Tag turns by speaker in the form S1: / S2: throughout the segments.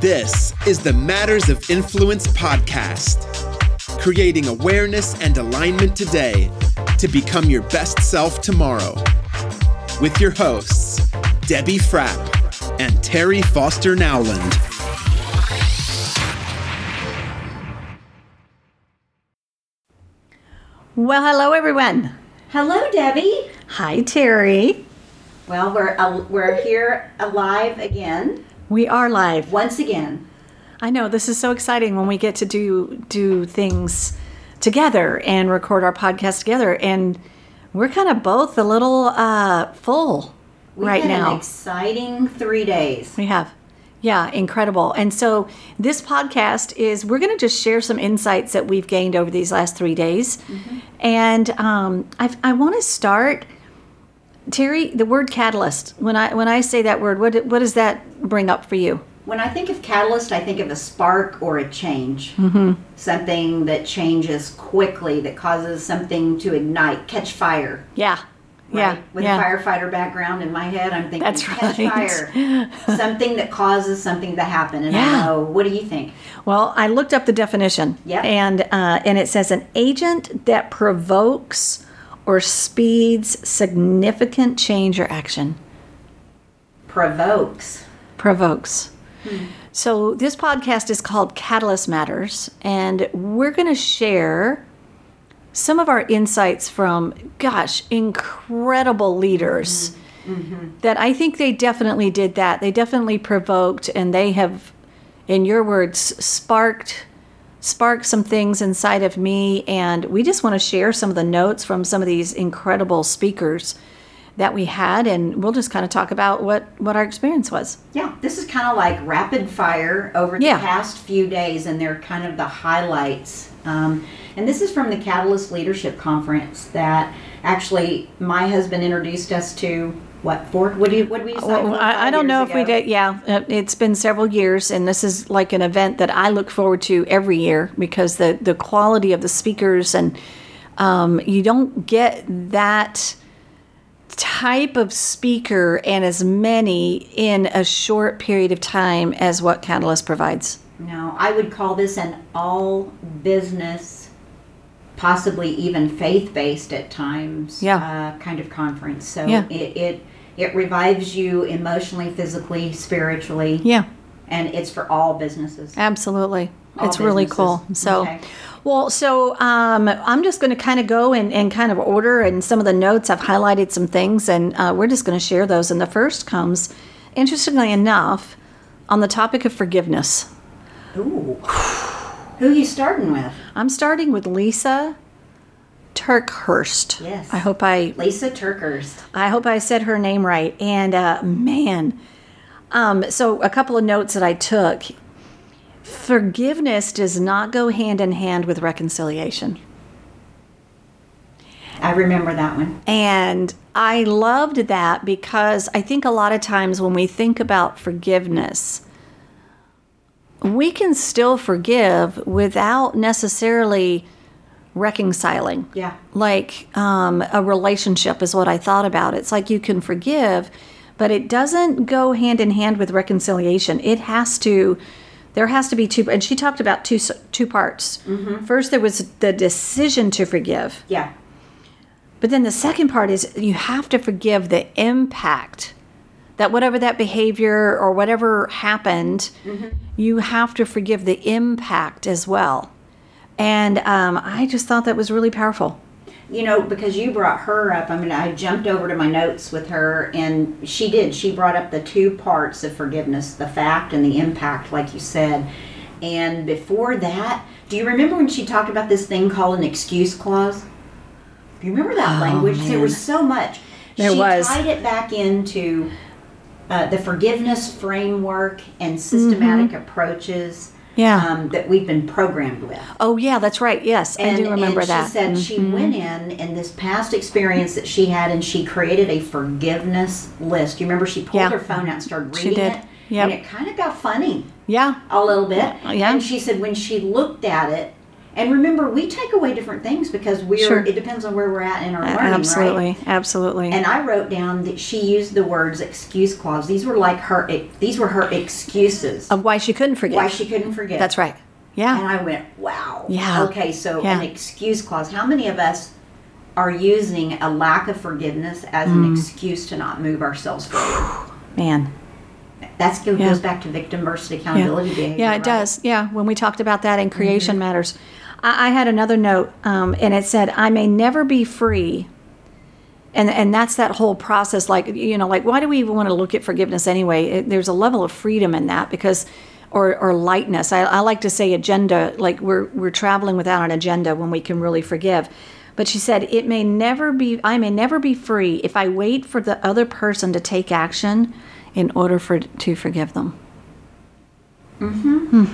S1: This is the Matters of Influence podcast, creating awareness and alignment today to become your best self tomorrow. With your hosts, Debbie Frapp and Terry Foster Nowland.
S2: Well, hello everyone.
S3: Hello, Debbie.
S2: Hi, Terry.
S3: Well, we're al- we're here alive again,
S2: We are live.
S3: once again.
S2: I know this is so exciting when we get to do do things together and record our podcast together, and we're kind of both a little uh, full
S3: We
S2: right
S3: had
S2: now.
S3: an exciting three days.
S2: We have. Yeah, incredible. And so this podcast is we're going to just share some insights that we've gained over these last three days.
S3: Mm-hmm.
S2: And um, I, I want to start, Terry, the word catalyst. When I when I say that word, what what does that bring up for you?
S3: When I think of catalyst, I think of a spark or a change, mm-hmm. something that changes quickly, that causes something to ignite, catch fire.
S2: Yeah, yeah,
S3: right? With
S2: yeah.
S3: a firefighter background in my head, I'm thinking
S2: That's
S3: catch
S2: right.
S3: fire, something that causes something to happen. And
S2: Yeah.
S3: I know. What do you think?
S2: Well, I looked up the definition.
S3: Yep.
S2: And uh, and it says an agent that provokes or speeds significant change or action.
S3: Provokes.
S2: provokes. So, this podcast is called Catalyst Matters, and we're going to share some of our insights from, gosh, incredible leaders that I think they definitely did that. They definitely provoked, and they have, in your words, sparked. Sparked some things inside of me, and we just want to share some of the notes from some of these incredible speakers that we had, and we'll just kind of talk about what what our experience was.
S3: Yeah, this is kind of like rapid fire over the
S2: Yeah.
S3: past few days, and they're kind of the highlights. Um, and this is from the Catalyst Leadership Conference that actually my husband introduced us to. What for? What do you? What did we decide?
S2: Well,
S3: four or
S2: I, I
S3: five
S2: don't
S3: years
S2: know if we
S3: ago?
S2: did. Yeah, uh, it's been several years, and this is like an event that I look forward to every year because the the quality of the speakers and um, you don't get that type of speaker and as many in a short period of time as what Catalyst provides.
S3: No, I would call this an all business, possibly even faith based at times.
S2: Yeah.
S3: Uh, kind of conference. So
S2: Yeah.
S3: it, it it revives you emotionally, physically, spiritually.
S2: Yeah.
S3: and it's for all businesses.
S2: Absolutely.
S3: All
S2: it's really cool.
S3: businesses.
S2: So,
S3: Okay.
S2: well, so um, I'm just going to kind of go and, and kind of order and some of the notes. I've highlighted some things and uh, we're just going to share those. And the first comes, interestingly enough, on the topic of forgiveness.
S3: Ooh. Who you starting with?
S2: I'm starting with Lisa Turkhurst.
S3: Yes.
S2: I hope I
S3: Lisa Turkhurst.
S2: I hope I said her name right. And uh, man, um, so a couple of notes that I took. Forgiveness does not go hand in hand with reconciliation.
S3: I remember that one.
S2: And I loved that because I think a lot of times when we think about forgiveness, we can still forgive without necessarily reconciling.
S3: Yeah.
S2: Like um, a relationship is what I thought about. It's like you can forgive, but it doesn't go hand in hand with reconciliation. It has to. There has to be two, and she talked about two s- two parts. First, there was the decision to forgive,
S3: Yeah.
S2: but then the second part is you have to forgive the impact that whatever that behavior or whatever happened,
S3: Mm-hmm.
S2: you have to forgive the impact as well. And um, I just thought that was really powerful.
S3: You know, because you brought her up, I mean, I jumped over to my notes with her, and she did. She brought up the two parts of forgiveness the fact and the impact, like you said. And before that, do you remember when she talked about this thing called an excuse clause? Do you remember that language? There was so much.
S2: Oh, There
S3: she
S2: was.
S3: tied it back into uh, the forgiveness framework and systematic approaches
S2: Mm-hmm. Yeah.
S3: um, that we've been programmed with.
S2: Oh yeah, that's right. Yes,
S3: And,
S2: I do remember
S3: and
S2: that. Mm-hmm.
S3: She said she went in and this past experience that she had, and she created a forgiveness list. You remember she pulled
S2: Yeah.
S3: her phone out and started
S2: She
S3: reading
S2: did.
S3: it,
S2: Yep.
S3: and it kind of got funny
S2: yeah.
S3: a little bit.
S2: Yeah.
S3: And she said when she looked at it, And remember, we take away different things because we're.
S2: Sure.
S3: It depends on where we're at in our
S2: A-
S3: learning,
S2: absolutely,
S3: right?
S2: absolutely.
S3: And I wrote down that she used the words excuse clause. These were like her. e, These were her excuses
S2: of why she couldn't forgive.
S3: why she couldn't forgive.
S2: That's right. Yeah.
S3: And I went, wow.
S2: Yeah.
S3: Okay, so
S2: Yeah.
S3: an excuse clause. How many of us are using a lack of forgiveness as
S2: Mm.
S3: an excuse to not move ourselves forward?
S2: Man.
S3: That's it
S2: Yeah.
S3: goes back to victim versus
S2: Yeah.
S3: accountability behavior.
S2: Yeah, it
S3: right? Mm-hmm.
S2: does. Yeah, when we talked about that in creation matters, I, I had another note, um, and it said, "I may never be free." And, and that's that whole process like you know like why do we even want to look at forgiveness anyway it, there's a level of freedom in that because or, or lightness I, I like to say agenda like we're we're traveling without an agenda when we can really forgive but she said it may never be i may never be free if i wait for the other person to take action in order for to forgive them mm-hmm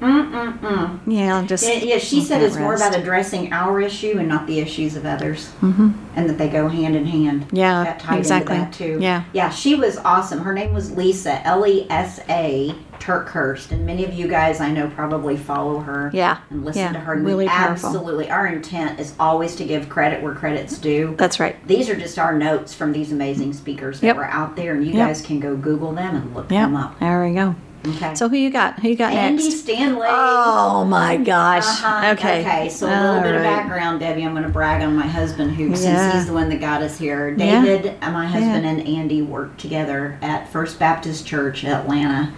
S2: yeah just
S3: Mm-hmm. Yeah, yeah, she said
S2: that
S3: it's more about
S2: rest. Mm-hmm.
S3: addressing our issue and not the issues of others, and that they go hand in hand.
S2: Yeah,
S3: that tied
S2: exactly.
S3: into that too.
S2: Yeah.
S3: yeah, she was awesome. Her name was Lisa L E S A Turkhurst, and many of you guys I know probably follow her.
S2: Yeah,
S3: and listen
S2: yeah,
S3: to her. And
S2: really
S3: we
S2: powerful.
S3: absolutely, our intent is always to give credit where credit's due.
S2: that's right
S3: these are just our notes from these amazing speakers that
S2: Yep.
S3: were out there, and you
S2: Yep.
S3: guys can go Google them and look
S2: yeah
S3: them up.
S2: there we go
S3: Okay.
S2: so who you got who you got
S3: Andy
S2: next
S3: Stanley.
S2: Oh my gosh.
S3: Uh-huh.
S2: Okay.
S3: Okay. So a little
S2: All
S3: bit of
S2: right.
S3: background, Debbie. I'm going to brag on my husband, who
S2: Yeah.
S3: since he's the one that got us here,
S2: Yeah.
S3: David, and my husband
S2: Yeah.
S3: and Andy worked together at First Baptist Church, Atlanta,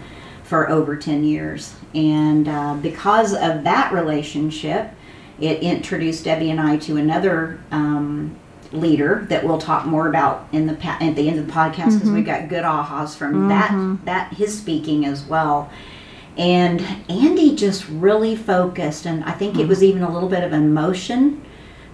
S3: for over 10 years, and uh, because of that relationship, it introduced Debbie and I to another. Um, leader that we'll talk more about in the pa- at the end of the podcast because we've got good ahas from that that his speaking as well and Andy just really focused, and I think it was even a little bit of emotion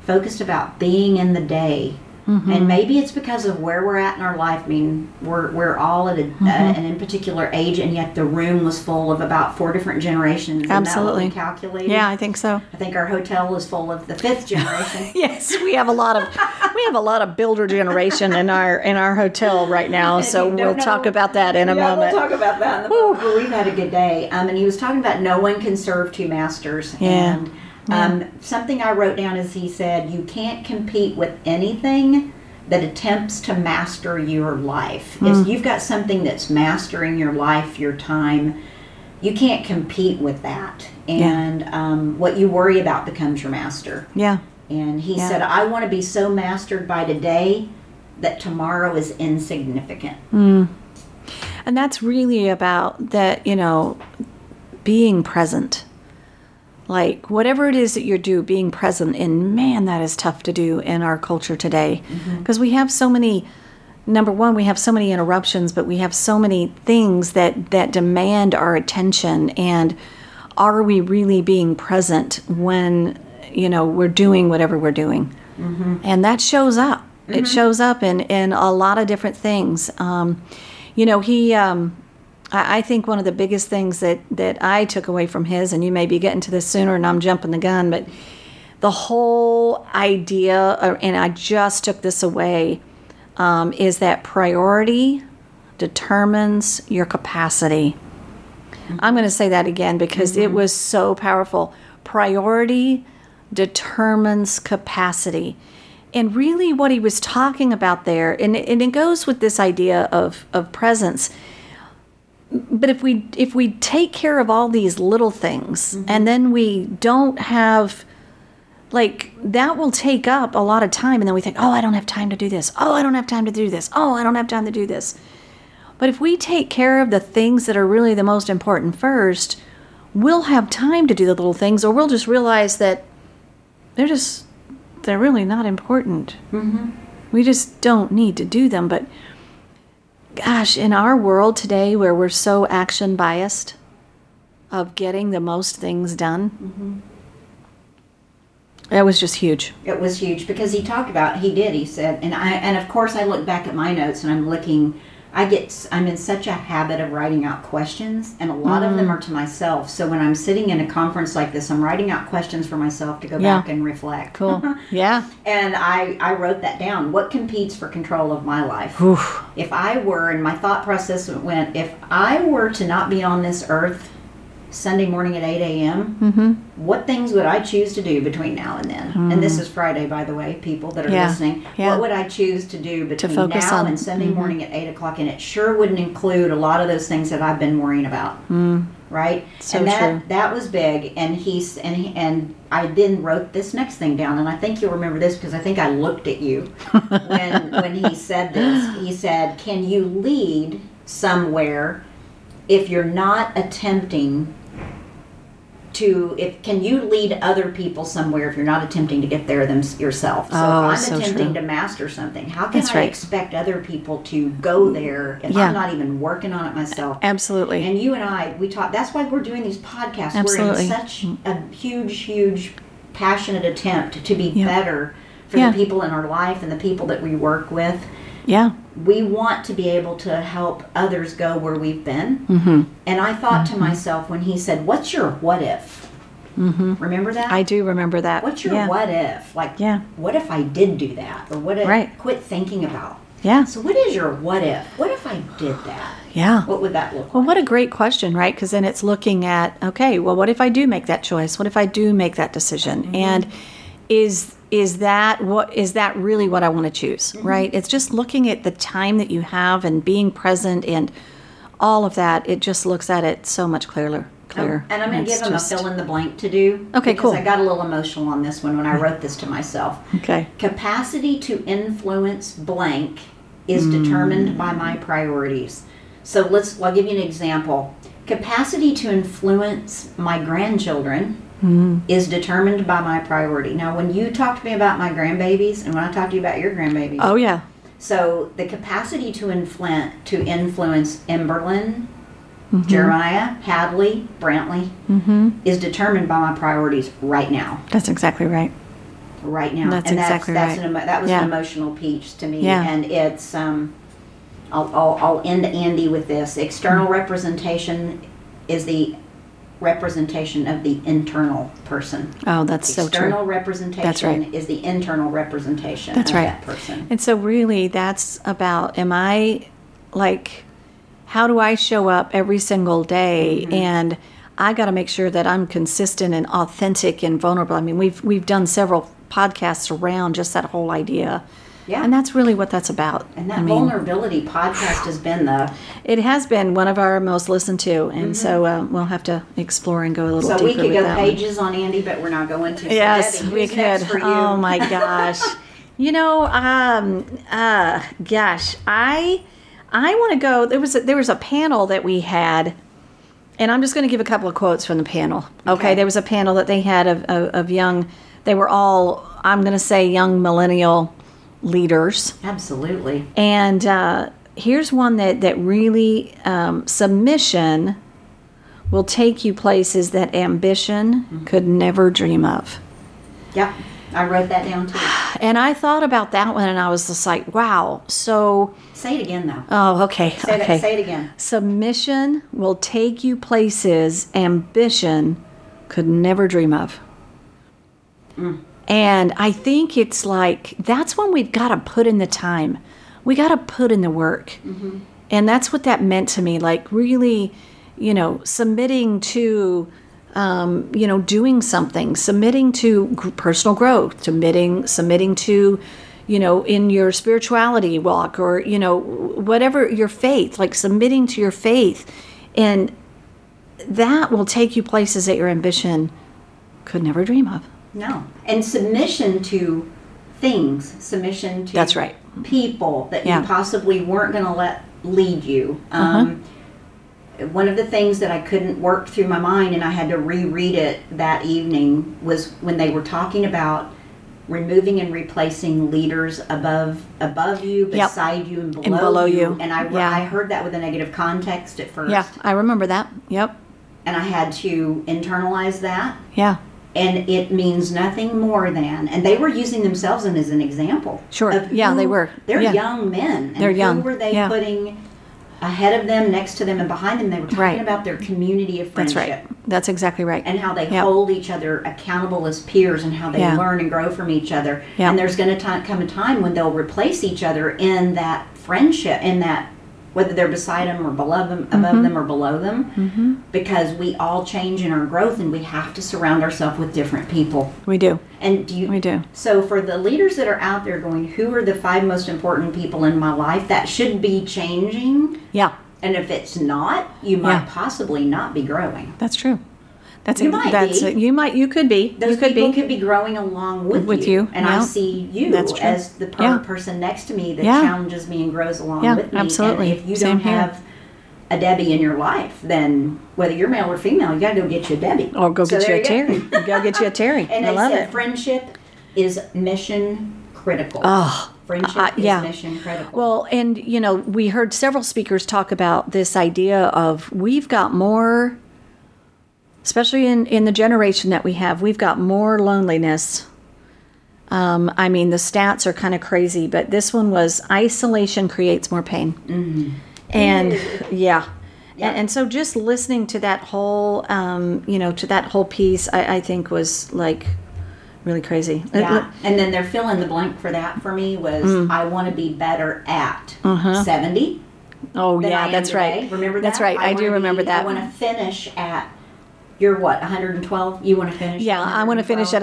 S3: focused about being in the day.
S2: Mm-hmm.
S3: And maybe it's because of where we're at in our life. I mean, we're, we're all at a, uh,
S2: Mm-hmm.
S3: and in particular age, and yet the room was full of about four different generations. Isn't that what we
S2: Absolutely.
S3: calculated.
S2: Yeah, I think so.
S3: I think our hotel is full of the fifth generation.
S2: Yes, we have a lot of we have a lot of builder generation in our in our hotel right now. So
S3: you don't
S2: we'll talk
S3: know-
S2: about that in a
S3: yeah,
S2: moment.
S3: We'll talk about that in the moment. But we've had a good day. Um, and he was talking about no one can serve two masters.
S2: Yeah.
S3: And um, something I wrote down is he said, You can't compete with anything that attempts to master your life.
S2: Hmm.
S3: If you've got something that's mastering your life, your time, you can't compete with that. And um, what you worry about becomes your master.
S2: yeah.
S3: And he
S2: Yeah.
S3: said, I want to be so mastered by today that tomorrow is insignificant.
S2: And that's really about that, you know, being present. Like whatever it is that you do, being present. And man, that is tough to do in our culture today because we have so many. Number one, we have so many interruptions, but we have so many things that that demand our attention. And are we really being present when you know we're doing whatever we're doing? and that shows up. It shows up in in a lot of different things. Um, you know, he. Um, I, I think one of the biggest things that that I took away from his, and you may be getting to this sooner, and I'm jumping the gun, but the whole idea, uh, and I just took this away, um, is that priority determines your capacity. I'm going to say that again because it was so powerful. Priority determines capacity. And really, what he was talking about there, and, and it goes with this idea of, of presence. But if we if we take care of all these little things and then we don't have like that will take up a lot of time and then we think, "Oh, I don't have time to do this. Oh, I don't have time to do this. Oh, I don't have time to do this." But if we take care of the things that are really the most important first, we'll have time to do the little things, or we'll just realize that they're just, they're really not important. Mm-hmm. We just don't need to do them. But gosh, in our world today where we're so action biased of getting the most things done,
S3: Mm-hmm.
S2: that was just huge.
S3: It was huge because he talked about he did he said and I and of course I look back at my notes and I'm looking I get s- I'm in such a habit of writing out questions and a lot of them are to myself so when I'm sitting in a conference like this I'm writing out questions for myself to go
S2: Yeah.
S3: back and reflect
S2: Cool. yeah.
S3: and I I wrote that down what competes for control of my life
S2: Oof.
S3: if I were and my thought process went if I were to not be on this earth Sunday morning at 8 a.m., mm-hmm. what things would I choose to do between now and then? And this is Friday, by the way, people that are
S2: Mm. Yeah,
S3: listening.
S2: yeah.
S3: What would I choose to do between
S2: focus
S3: now
S2: on- Mm-hmm.
S3: and Sunday morning at 8 o'clock? And it sure wouldn't include a lot of those things that I've been worrying about. Right?
S2: So
S3: and that,
S2: true.
S3: that was big. And he's, and, he, and I then wrote this next thing down. And I think you'll remember this because I think I looked at you when, when he said this. He said, Can you lead somewhere if you're not attempting to if can you lead other people somewhere if you're not attempting to get there them yourself so
S2: Oh,
S3: if i'm
S2: so
S3: attempting
S2: true.
S3: to master something how can
S2: That's
S3: i
S2: right.
S3: expect other people to go there if
S2: Yeah.
S3: i'm not even working on it myself
S2: Absolutely.
S3: and you and i we talk that's why we're doing these podcasts we're
S2: Absolutely.
S3: in such a huge huge passionate attempt to be
S2: Yeah.
S3: better for
S2: Yeah.
S3: the people in our life and the people that we work with
S2: yeah.
S3: we want to be able to help others go where we've been.
S2: Mm-hmm.
S3: And I thought to myself when he said, What's your what if? Remember that?
S2: Mm-hmm. I do remember that.
S3: What's your
S2: yeah.
S3: what if? Like,
S2: Yeah.
S3: what if I did do that? Or what if
S2: Right.
S3: quit thinking about?
S2: Yeah.
S3: So, what is your what if? What if I did that?
S2: Yeah.
S3: What would that look
S2: Well,
S3: like?
S2: what a great question, right? Because then it's looking at, okay, well, what if I do make that choice? What if I do make that decision?
S3: Mm-hmm.
S2: And is is that what is that really what I want to choose?
S3: Mm-hmm.
S2: Right? It's just looking at the time that you have and being present and all of that. It just looks at it so much clearer. Clearer.
S3: Um, Oh, And I'm going to
S2: It's
S3: give him
S2: just-
S3: a fill in the blank to do.
S2: Okay,
S3: because
S2: cool.
S3: I got a little emotional on this one when I wrote this to myself.
S2: Okay.
S3: Capacity to influence blank is
S2: Mm.
S3: determined by my priorities. So let's, I'll give you an example. Capacity to influence my grandchildren
S2: Mm.
S3: is determined by my priority. Now, when you talk to me about my grandbabies and when I talk to you about your grandbabies,
S2: Oh yeah.
S3: so the capacity to influence to influence Emberlin,
S2: Mm-hmm.
S3: Jeremiah, Hadley, Brantley is determined by my priorities right now
S2: That's exactly right.
S3: right now.
S2: That's
S3: and that's,
S2: exactly
S3: that's
S2: right.
S3: An emo- that was
S2: Yeah.
S3: an emotional piece to me.
S2: Yeah.
S3: And it's, um, I'll, I'll, I'll end Andy with this. External
S2: Mm-hmm.
S3: representation is the representation of the internal person.
S2: Oh, that's so true.
S3: External representation
S2: right.
S3: is the internal representation
S2: That's
S3: of
S2: right.
S3: that person.
S2: And so, really, that's about am I like, how do I show up every single day?
S3: Mm-hmm.
S2: And I got to make sure that I'm consistent and authentic and vulnerable. I mean, we've we've done several podcasts around just that whole idea,
S3: Yeah.
S2: and that's really what that's about.
S3: And that
S2: I mean,
S3: vulnerability podcast has been the
S2: it has been one of our most listened to, and so uh, we'll have to explore and go a little
S3: Mm-hmm.
S2: deeper
S3: so we could
S2: with
S3: go
S2: that one.
S3: pages on Andy, but we're not going to. So
S2: Yes,
S3: Debbie,
S2: we
S3: who's next
S2: could.
S3: for you?
S2: Oh my gosh. you know, um, uh, gosh, I, I want to go. There was a, there was a panel that we had, and I'm just going to give a couple of quotes from the panel. Okay,
S3: Okay.
S2: there was a panel that they had of, of, of young. They were all, I'm going to say, young millennial leaders.
S3: Absolutely.
S2: And uh, here's one that that really um, submission will take you places that ambition
S3: Mm-hmm.
S2: could never dream of.
S3: Yep. I wrote that down too.
S2: And I thought about that one and I was just like, wow. So,
S3: Say it again though.
S2: oh, okay.
S3: Say,
S2: okay.
S3: that, say it again.
S2: Submission will take you places ambition could never dream of.
S3: Mm.
S2: And I think it's like that's when we've got to put in the time. We got to put in the work.
S3: Mm-hmm.
S2: And that's what that meant to me. Like, really, you know, submitting to, um, you know, doing something, submitting to gr- personal growth, submitting, submitting to, you know, in your spirituality walk or, you know, whatever your faith, like submitting to your faith. And that will take you places that your ambition could never dream of.
S3: No. And submission to things, submission to
S2: That's right.
S3: people that
S2: Yeah. Uh-huh.
S3: you possibly weren't going to let lead you. Um, One of the things that I couldn't work through my mind and I had to reread it that evening was when they were talking about removing and replacing leaders above above you, beside you, and below,
S2: below you.
S3: And I,
S2: Yeah.
S3: I heard that with a negative context at first.
S2: Yeah, I remember that. Yep.
S3: And I had to internalize that
S2: Yeah.
S3: and it means nothing more than and they were using themselves in- as an example
S2: Sure.
S3: of
S2: Yeah, they were.
S3: they're
S2: Yeah.
S3: young men and
S2: They're young.
S3: who were they
S2: Yeah.
S3: putting ahead of them next to them and behind them they were talking
S2: Right.
S3: about their community of
S2: That's
S3: friendship
S2: right. That's exactly right.
S3: and how they
S2: Yep.
S3: hold each other accountable as peers and how they
S2: Yeah.
S3: learn and grow from each other
S2: Yeah.
S3: and there's going to come a time when they'll replace each other in that friendship in that whether they're beside them or below them, above
S2: Mm-hmm.
S3: them or below them, because we all change in our growth and we have to surround ourselves with different people.
S2: We do.
S3: And do you?
S2: We do.
S3: So for the leaders that are out there going, who are the five most important people in my life? That should be changing.
S2: Yeah,
S3: And if it's not, you might
S2: Yeah.
S3: possibly not be growing.
S2: that's true. That's
S3: You
S2: it.
S3: might
S2: that's
S3: be.
S2: it. You might. You could be.
S3: Those
S2: you could
S3: people
S2: be.
S3: could be growing along with,
S2: With you,
S3: And
S2: yeah.
S3: I see you
S2: That's true.
S3: as the per-
S2: Yeah.
S3: person next to me that
S2: Yeah.
S3: challenges me and grows along
S2: Yeah,
S3: with me.
S2: absolutely.
S3: And if you
S2: Same
S3: don't
S2: here.
S3: have a Debbie in your life, then whether you're male or female, you got to go get you a Debbie.
S2: or go
S3: So
S2: get you
S3: there
S2: a Terry. go get you a Terry.
S3: And
S2: I
S3: they
S2: love
S3: said
S2: it.
S3: friendship is mission critical.
S2: Oh,
S3: friendship
S2: I- yeah.
S3: is mission critical.
S2: Well, and you know, we heard several speakers talk about this idea of we've got more, especially in in the generation that we have, we've got more loneliness. Um, I mean, the stats are kind of crazy, but this one was isolation creates more pain, and yeah.
S3: Mm-hmm. Yeah.
S2: And, and so, just listening to that whole, um, you know, to that whole piece, I, I think was like really crazy. It- Mm.
S3: Yeah. And then their fill in the blank for that for me was I want to be better at
S2: Uh-huh.
S3: 70.
S2: Oh
S3: than I
S2: yeah,
S3: am
S2: that's right.
S3: today. Remember that?
S2: That's right. I, do
S3: wanna
S2: remember
S3: be-
S2: that.
S3: I want to finish at you're what 112. You want to finish?
S2: Yeah, I want to finish at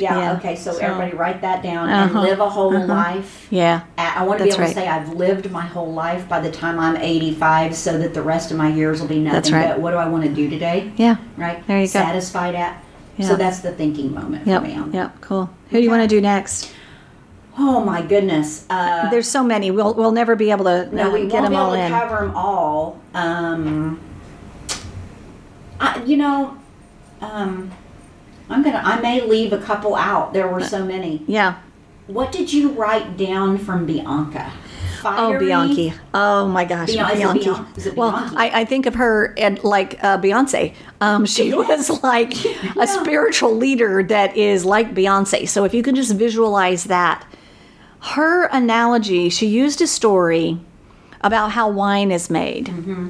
S2: 112.
S3: Yeah. Okay. So, everybody write that down and
S2: Uh-huh,
S3: live a whole life.
S2: Yeah.
S3: At, I want to be
S2: That's
S3: able to
S2: right.
S3: say I've lived my whole life by the time I'm 85, so that the rest of my years will be nothing
S2: That's right.
S3: but what do I want to do today?
S2: Yeah.
S3: Right.
S2: There you go.
S3: Satisfied at.
S2: Yeah.
S3: So that's the thinking moment
S2: Yep.
S3: for me. on
S2: Yep. Cool. Who do you want to do next?
S3: Oh my goodness. Uh,
S2: There's so many. We'll we'll never be able to
S3: no,
S2: uh,
S3: we won't
S2: get them
S3: be
S2: all
S3: able to
S2: in.
S3: cover them all. Um, I, you know, um, I'm gonna. I may leave a couple out. There were so many.
S2: Yeah.
S3: What did you write down from Bianca?
S2: Oh,
S3: Fiery-
S2: Bianchi. Oh my gosh,
S3: Bian- is it
S2: Bianchi.
S3: Bian- is it
S2: well,
S3: Bianchi?
S2: I, I think of her and like uh, Beyonce. Um, she was like a spiritual leader that is like Beyonce. So if you can just visualize that, her analogy, she used a story about how wine is made,
S3: Mm-hmm.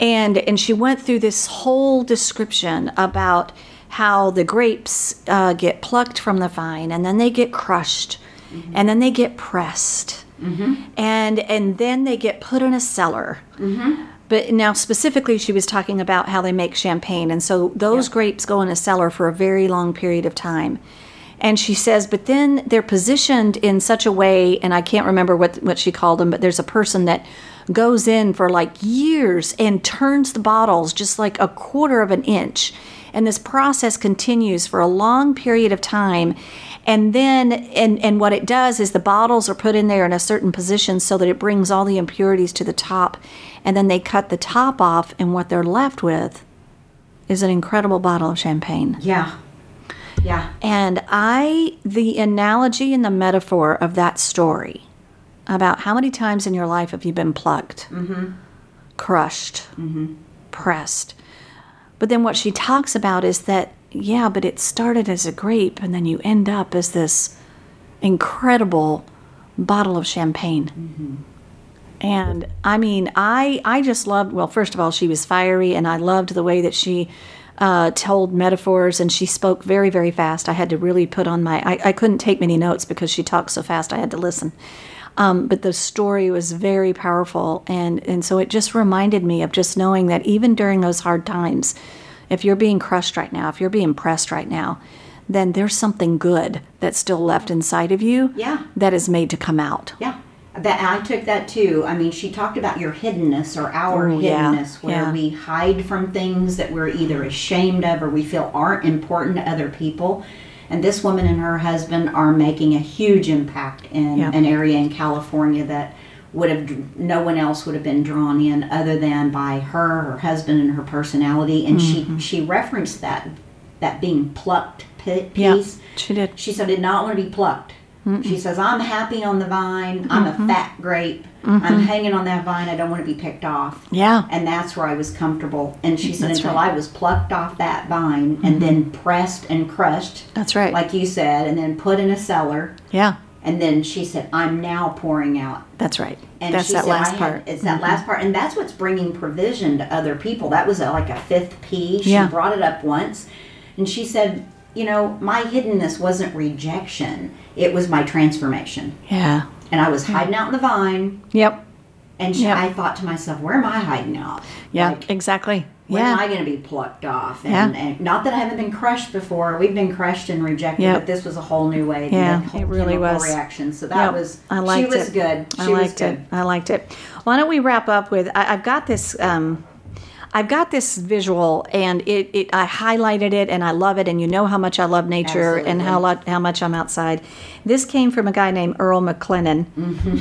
S2: and and she went through this whole description about how the grapes uh, get plucked from the vine and then they get crushed, and then they get pressed and and then they get put in a cellar. But now specifically, she was talking about how they make champagne, and so those grapes go in a cellar for a very long period of time. And she says, but then they're positioned in such a way, and I can't remember what what she called them, but there's a person that goes in for like years and turns the bottles just like a quarter of an inch. And this process continues for a long period of time. And then, and, and what it does is the bottles are put in there in a certain position so that it brings all the impurities to the top. And then they cut the top off, and what they're left with is an incredible bottle of champagne.
S3: Yeah. Yeah.
S2: And I, the analogy and the metaphor of that story about how many times in your life have you been plucked, crushed, pressed. But then what she talks about is that, yeah, but it started as a grape and then you end up as this incredible bottle of champagne. And I mean, I I just loved. Well, first of all, she was fiery, and I loved the way that she uh, told metaphors, and she spoke very very fast. I had to really put on my. I, I couldn't take many notes because she talked so fast. I had to listen. Um, but the story was very powerful, and and so it just reminded me of just knowing that even during those hard times, if you're being crushed right now, if you're being pressed right now, then there's something good that's still left inside of you.
S3: Yeah.
S2: That is made to come out.
S3: Yeah. That I took that too. I mean, she talked about your hiddenness or our
S2: Ooh, Oh, yeah,
S3: hiddenness, where
S2: yeah.
S3: we hide from things that we're either ashamed of or we feel aren't important to other people. And this woman and her husband are making a huge impact in
S2: Yeah.
S3: an area in California that would have no one else would have been drawn in other than by her, her husband, and her personality. And
S2: Mm-hmm.
S3: she she referenced that that being plucked pi- piece.
S2: She did.
S3: She said, did not want to be plucked. She says, I'm happy on the vine. I'm a fat grape. I'm hanging on that vine. I don't want to be picked off.
S2: Yeah.
S3: And that's where I was comfortable. And she said,
S2: That's
S3: until
S2: right.
S3: I was plucked off that vine and then pressed and crushed,
S2: That's right.
S3: like you said, and then put in a cellar.
S2: yeah,
S3: And then she said, I'm now pouring out.
S2: that's right.
S3: And
S2: that's
S3: she
S2: that
S3: said, I
S2: last
S3: had-
S2: part. Mm-hmm.
S3: It's that last part. And that's what's bringing provision to other people. That was a, like a fifth P. She
S2: Yeah.
S3: brought it up once. And she said, You know, my hiddenness wasn't rejection, it was my transformation.
S2: yeah. Hmm.
S3: And I was hiding out in the vine,
S2: Yep.
S3: And she,
S2: Yep.
S3: I thought to myself, where am I hiding out?
S2: Yeah,
S3: Like,
S2: exactly.
S3: when
S2: yeah.
S3: am I going to be plucked off? And,
S2: Yeah.
S3: and not that I haven't been crushed before. We've been crushed and rejected,
S2: Yep.
S3: but this was a whole new way. to
S2: Yeah,
S3: that whole
S2: it really
S3: chemical
S2: was.
S3: reaction. So that
S2: Yep,
S3: was.
S2: I liked
S3: she was
S2: it.
S3: good. She
S2: I
S3: was
S2: liked
S3: good.
S2: it. I liked it. Why don't we wrap up with I, I've got this um I've got this visual and it, it I highlighted it and I love it and you know how much I love nature and how lot how much I'm outside. This came from a guy named Earl McLennan.
S3: Mm-hmm.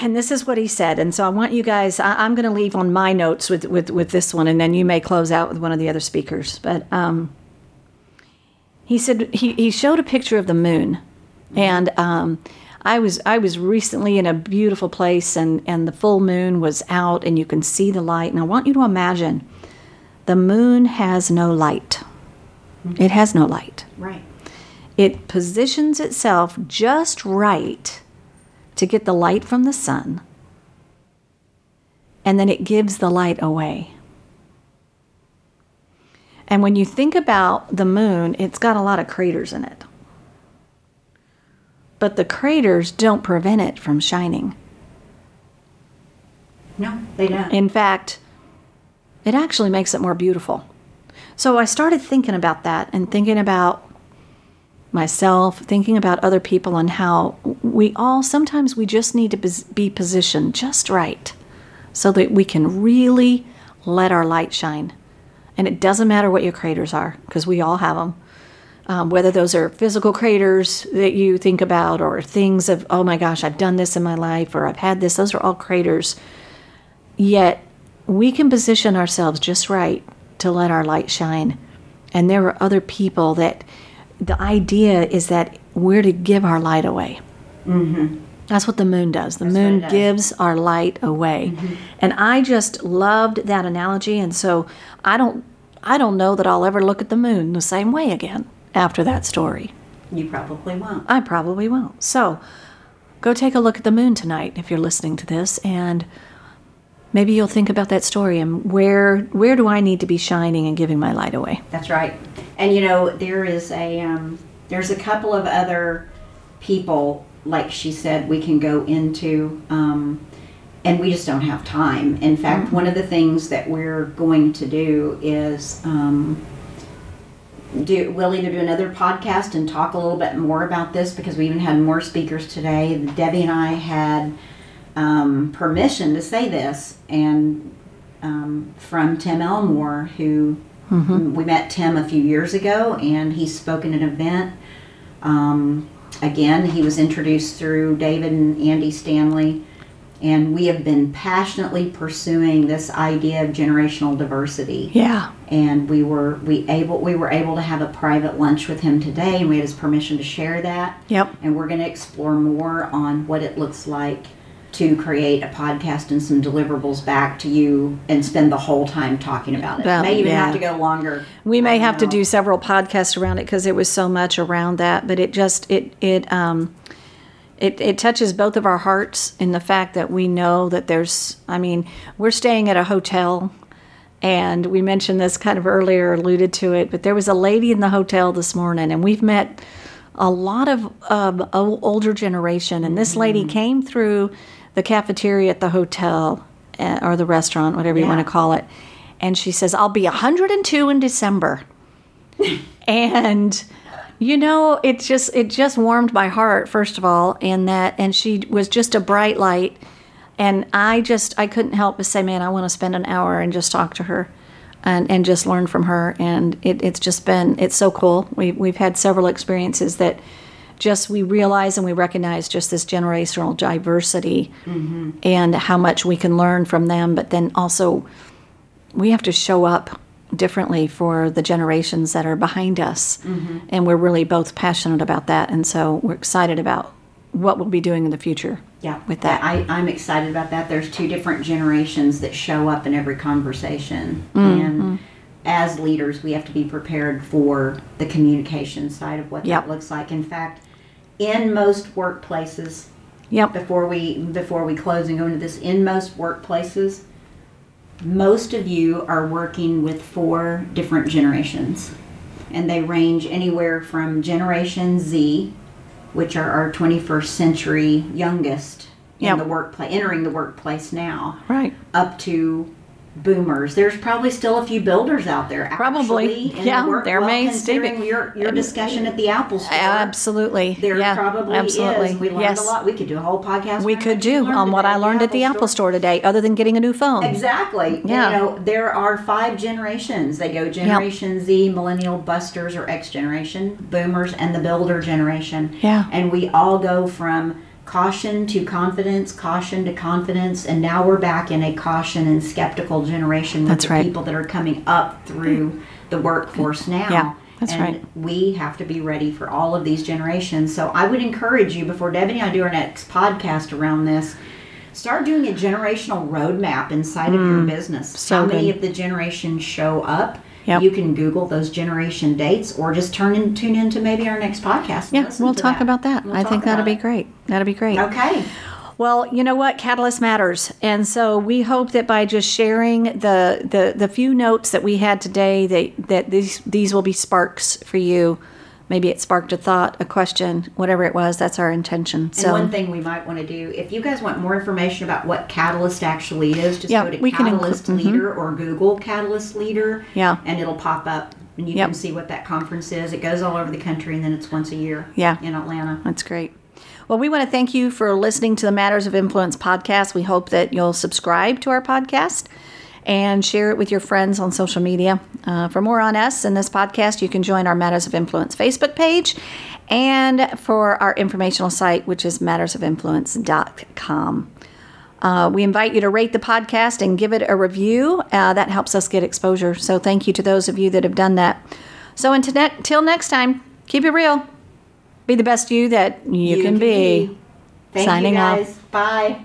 S2: And this is what he said. And so I want you guys, I, I'm going to leave on my notes with, with, with this one, and then you may close out with one of the other speakers. But um, he said he, he showed a picture of the moon. And um, I was I was recently in a beautiful place, and, and the full moon was out, and you can see the light. And I want you to imagine the moon has no light, it has no light
S3: Right.
S2: it positions itself just right to get the light from the sun, and then it gives the light away. And when you think about the moon, it's got a lot of craters in it. But the craters don't prevent it from shining.
S3: No, they don't.
S2: In fact, it actually makes it more beautiful. So I started thinking about that and thinking about myself, thinking about other people, and how we all sometimes we just need to pos- be positioned just right so that we can really let our light shine. And it doesn't matter what your craters are because we all have them. Um, whether those are physical craters that you think about or things of, oh my gosh, I've done this in my life or I've had this, those are all craters Yet we can position ourselves just right to let our light shine. And there are other people that the idea is that we're to give our light away. That's what the moon does. The moon
S3: it does.
S2: gives our light away. And I just loved that analogy and so I don't I don't know that I'll ever look at the moon the same way again after that story.
S3: You probably won't.
S2: I probably won't. So go take a look at the moon tonight if you're listening to this and maybe you'll think about that story and where where do I need to be shining and giving my light away?
S3: That's right. And you know, there is a um, there's a couple of other people, like she said, we can go into, um, and we just don't have time. In fact, one of the things that we're going to do is. Um, do, we'll either do another podcast and talk a little bit more about this because we even had more speakers today. Debbie and I had um, permission to say this, and um, from Tim Elmore, who we met Tim a few years ago, and he spoke at an event. Um, again, he was introduced through David and Andy Stanley, and we have been passionately pursuing this idea of generational diversity
S2: Yeah.
S3: and we were we able we were able to have a private lunch with him today and we had his permission to share that
S2: Yep.
S3: and we're going to explore more on what it looks like to create a podcast and some deliverables back to you and spend the whole time talking about it
S2: Well,
S3: may even
S2: yeah.
S3: have to go longer
S2: We may
S3: I
S2: have to
S3: know.
S2: do several podcasts around it because it was so much around that, but it just it it um it, it touches both of our hearts in the fact that we know that there's I mean, we're staying at a hotel and we mentioned this kind of earlier, alluded to it, but there was a lady in the hotel this morning and we've met a lot of um, o- older generation and this lady came through the cafeteria at the hotel uh, or the restaurant whatever you want
S3: Yeah.
S2: to call it and she says i'll be 102 in december and you know it just it just warmed my heart first of all in that and she was just a bright light and i just i couldn't help but say man i want to spend an hour and just talk to her and, and just learn from her and it, it's just been it's so cool we, we've had several experiences that just we realize and we recognize just this generational diversity and how much we can learn from them but then also we have to show up differently for the generations that are behind us.
S3: Mm-hmm.
S2: And we're really both passionate about that. And so we're excited about what we'll be doing in the future
S3: yeah
S2: with that.
S3: I, i'm excited about that there's two different generations that show up in every conversation
S2: Mm-hmm.
S3: and as leaders we have to be prepared for the communication side of what
S2: Yep.
S3: that looks like in fact in most workplaces
S2: yep.
S3: before we before we close and go into this in most workplaces most of you are working with four different generations and they range anywhere from generation z which are our 21st century youngest in
S2: Yep.
S3: the workplace, entering the workplace now,
S2: Right.
S3: up to boomers. There's probably still a few builders out there.
S2: Probably.
S3: actually, in
S2: Yeah,
S3: the work-
S2: there
S3: well,
S2: may still be.
S3: considering your your discussion at the Apple Store.
S2: Absolutely.
S3: There
S2: yeah,
S3: probably
S2: absolutely.
S3: is. We learned
S2: yes.
S3: a lot. We could do a whole podcast.
S2: We
S3: on
S2: could
S3: what you
S2: do
S3: learned
S2: on what
S3: today
S2: I learned at the Apple Store today, other than getting a new phone.
S3: Exactly.
S2: Yeah.
S3: You know, there are five generations. They go Generation Z, Millennial Busters or X Generation, Boomers, and the Builder Generation.
S2: Yeah.
S3: And we all go from caution to confidence, caution to confidence, and now we're back in a caution and skeptical generation with
S2: That's
S3: the
S2: right.
S3: people that are coming up through the workforce now.
S2: Yeah, that's
S3: and
S2: right.
S3: We have to be ready for all of these generations. So I would encourage you before Debbie and I do our next podcast around this, start doing a generational roadmap inside of your business.
S2: Mm, so
S3: How many
S2: good.
S3: of the generations show up?
S2: Yep.
S3: You can Google those generation dates, or just turn and tune into maybe our next podcast. and
S2: yeah,
S3: listen
S2: we'll
S3: to
S2: talk
S3: that.
S2: about that.
S3: We'll
S2: I
S3: talk
S2: think that'll
S3: about
S2: be
S3: it.
S2: great. That'll be great.
S3: Okay.
S2: Well, you know what? Catalyst matters. And so we hope that by just sharing the the, the few notes that we had today that, that these these will be sparks for you. Maybe it sparked a thought, a question, whatever it was, that's our intention. So
S3: And one thing we might want to do, if you guys want more information about what Catalyst actually is, just
S2: Yeah,
S3: go to
S2: we can inclu-
S3: Catalyst Leader or Google Catalyst Leader.
S2: Yeah.
S3: And it'll pop up and you
S2: Yep.
S3: can see what that conference is. It goes all over the country and then it's once a year
S2: Yeah.
S3: in Atlanta.
S2: That's great. Well, we want to thank you for listening to the Matters of Influence podcast. We hope that you'll subscribe to our podcast and share it with your friends on social media. Uh, for more on us and this podcast, you can join our Matters of Influence Facebook page and for our informational site, which is mattersofinfluence.com. Uh, we invite you to rate the podcast and give it a review. Uh, that helps us get exposure. So, thank you to those of you that have done that. So, until ne- till next time, keep it real. Be the best you that you, can, be.
S3: Thank
S2: Signing
S3: you
S2: off.
S3: guys. Bye.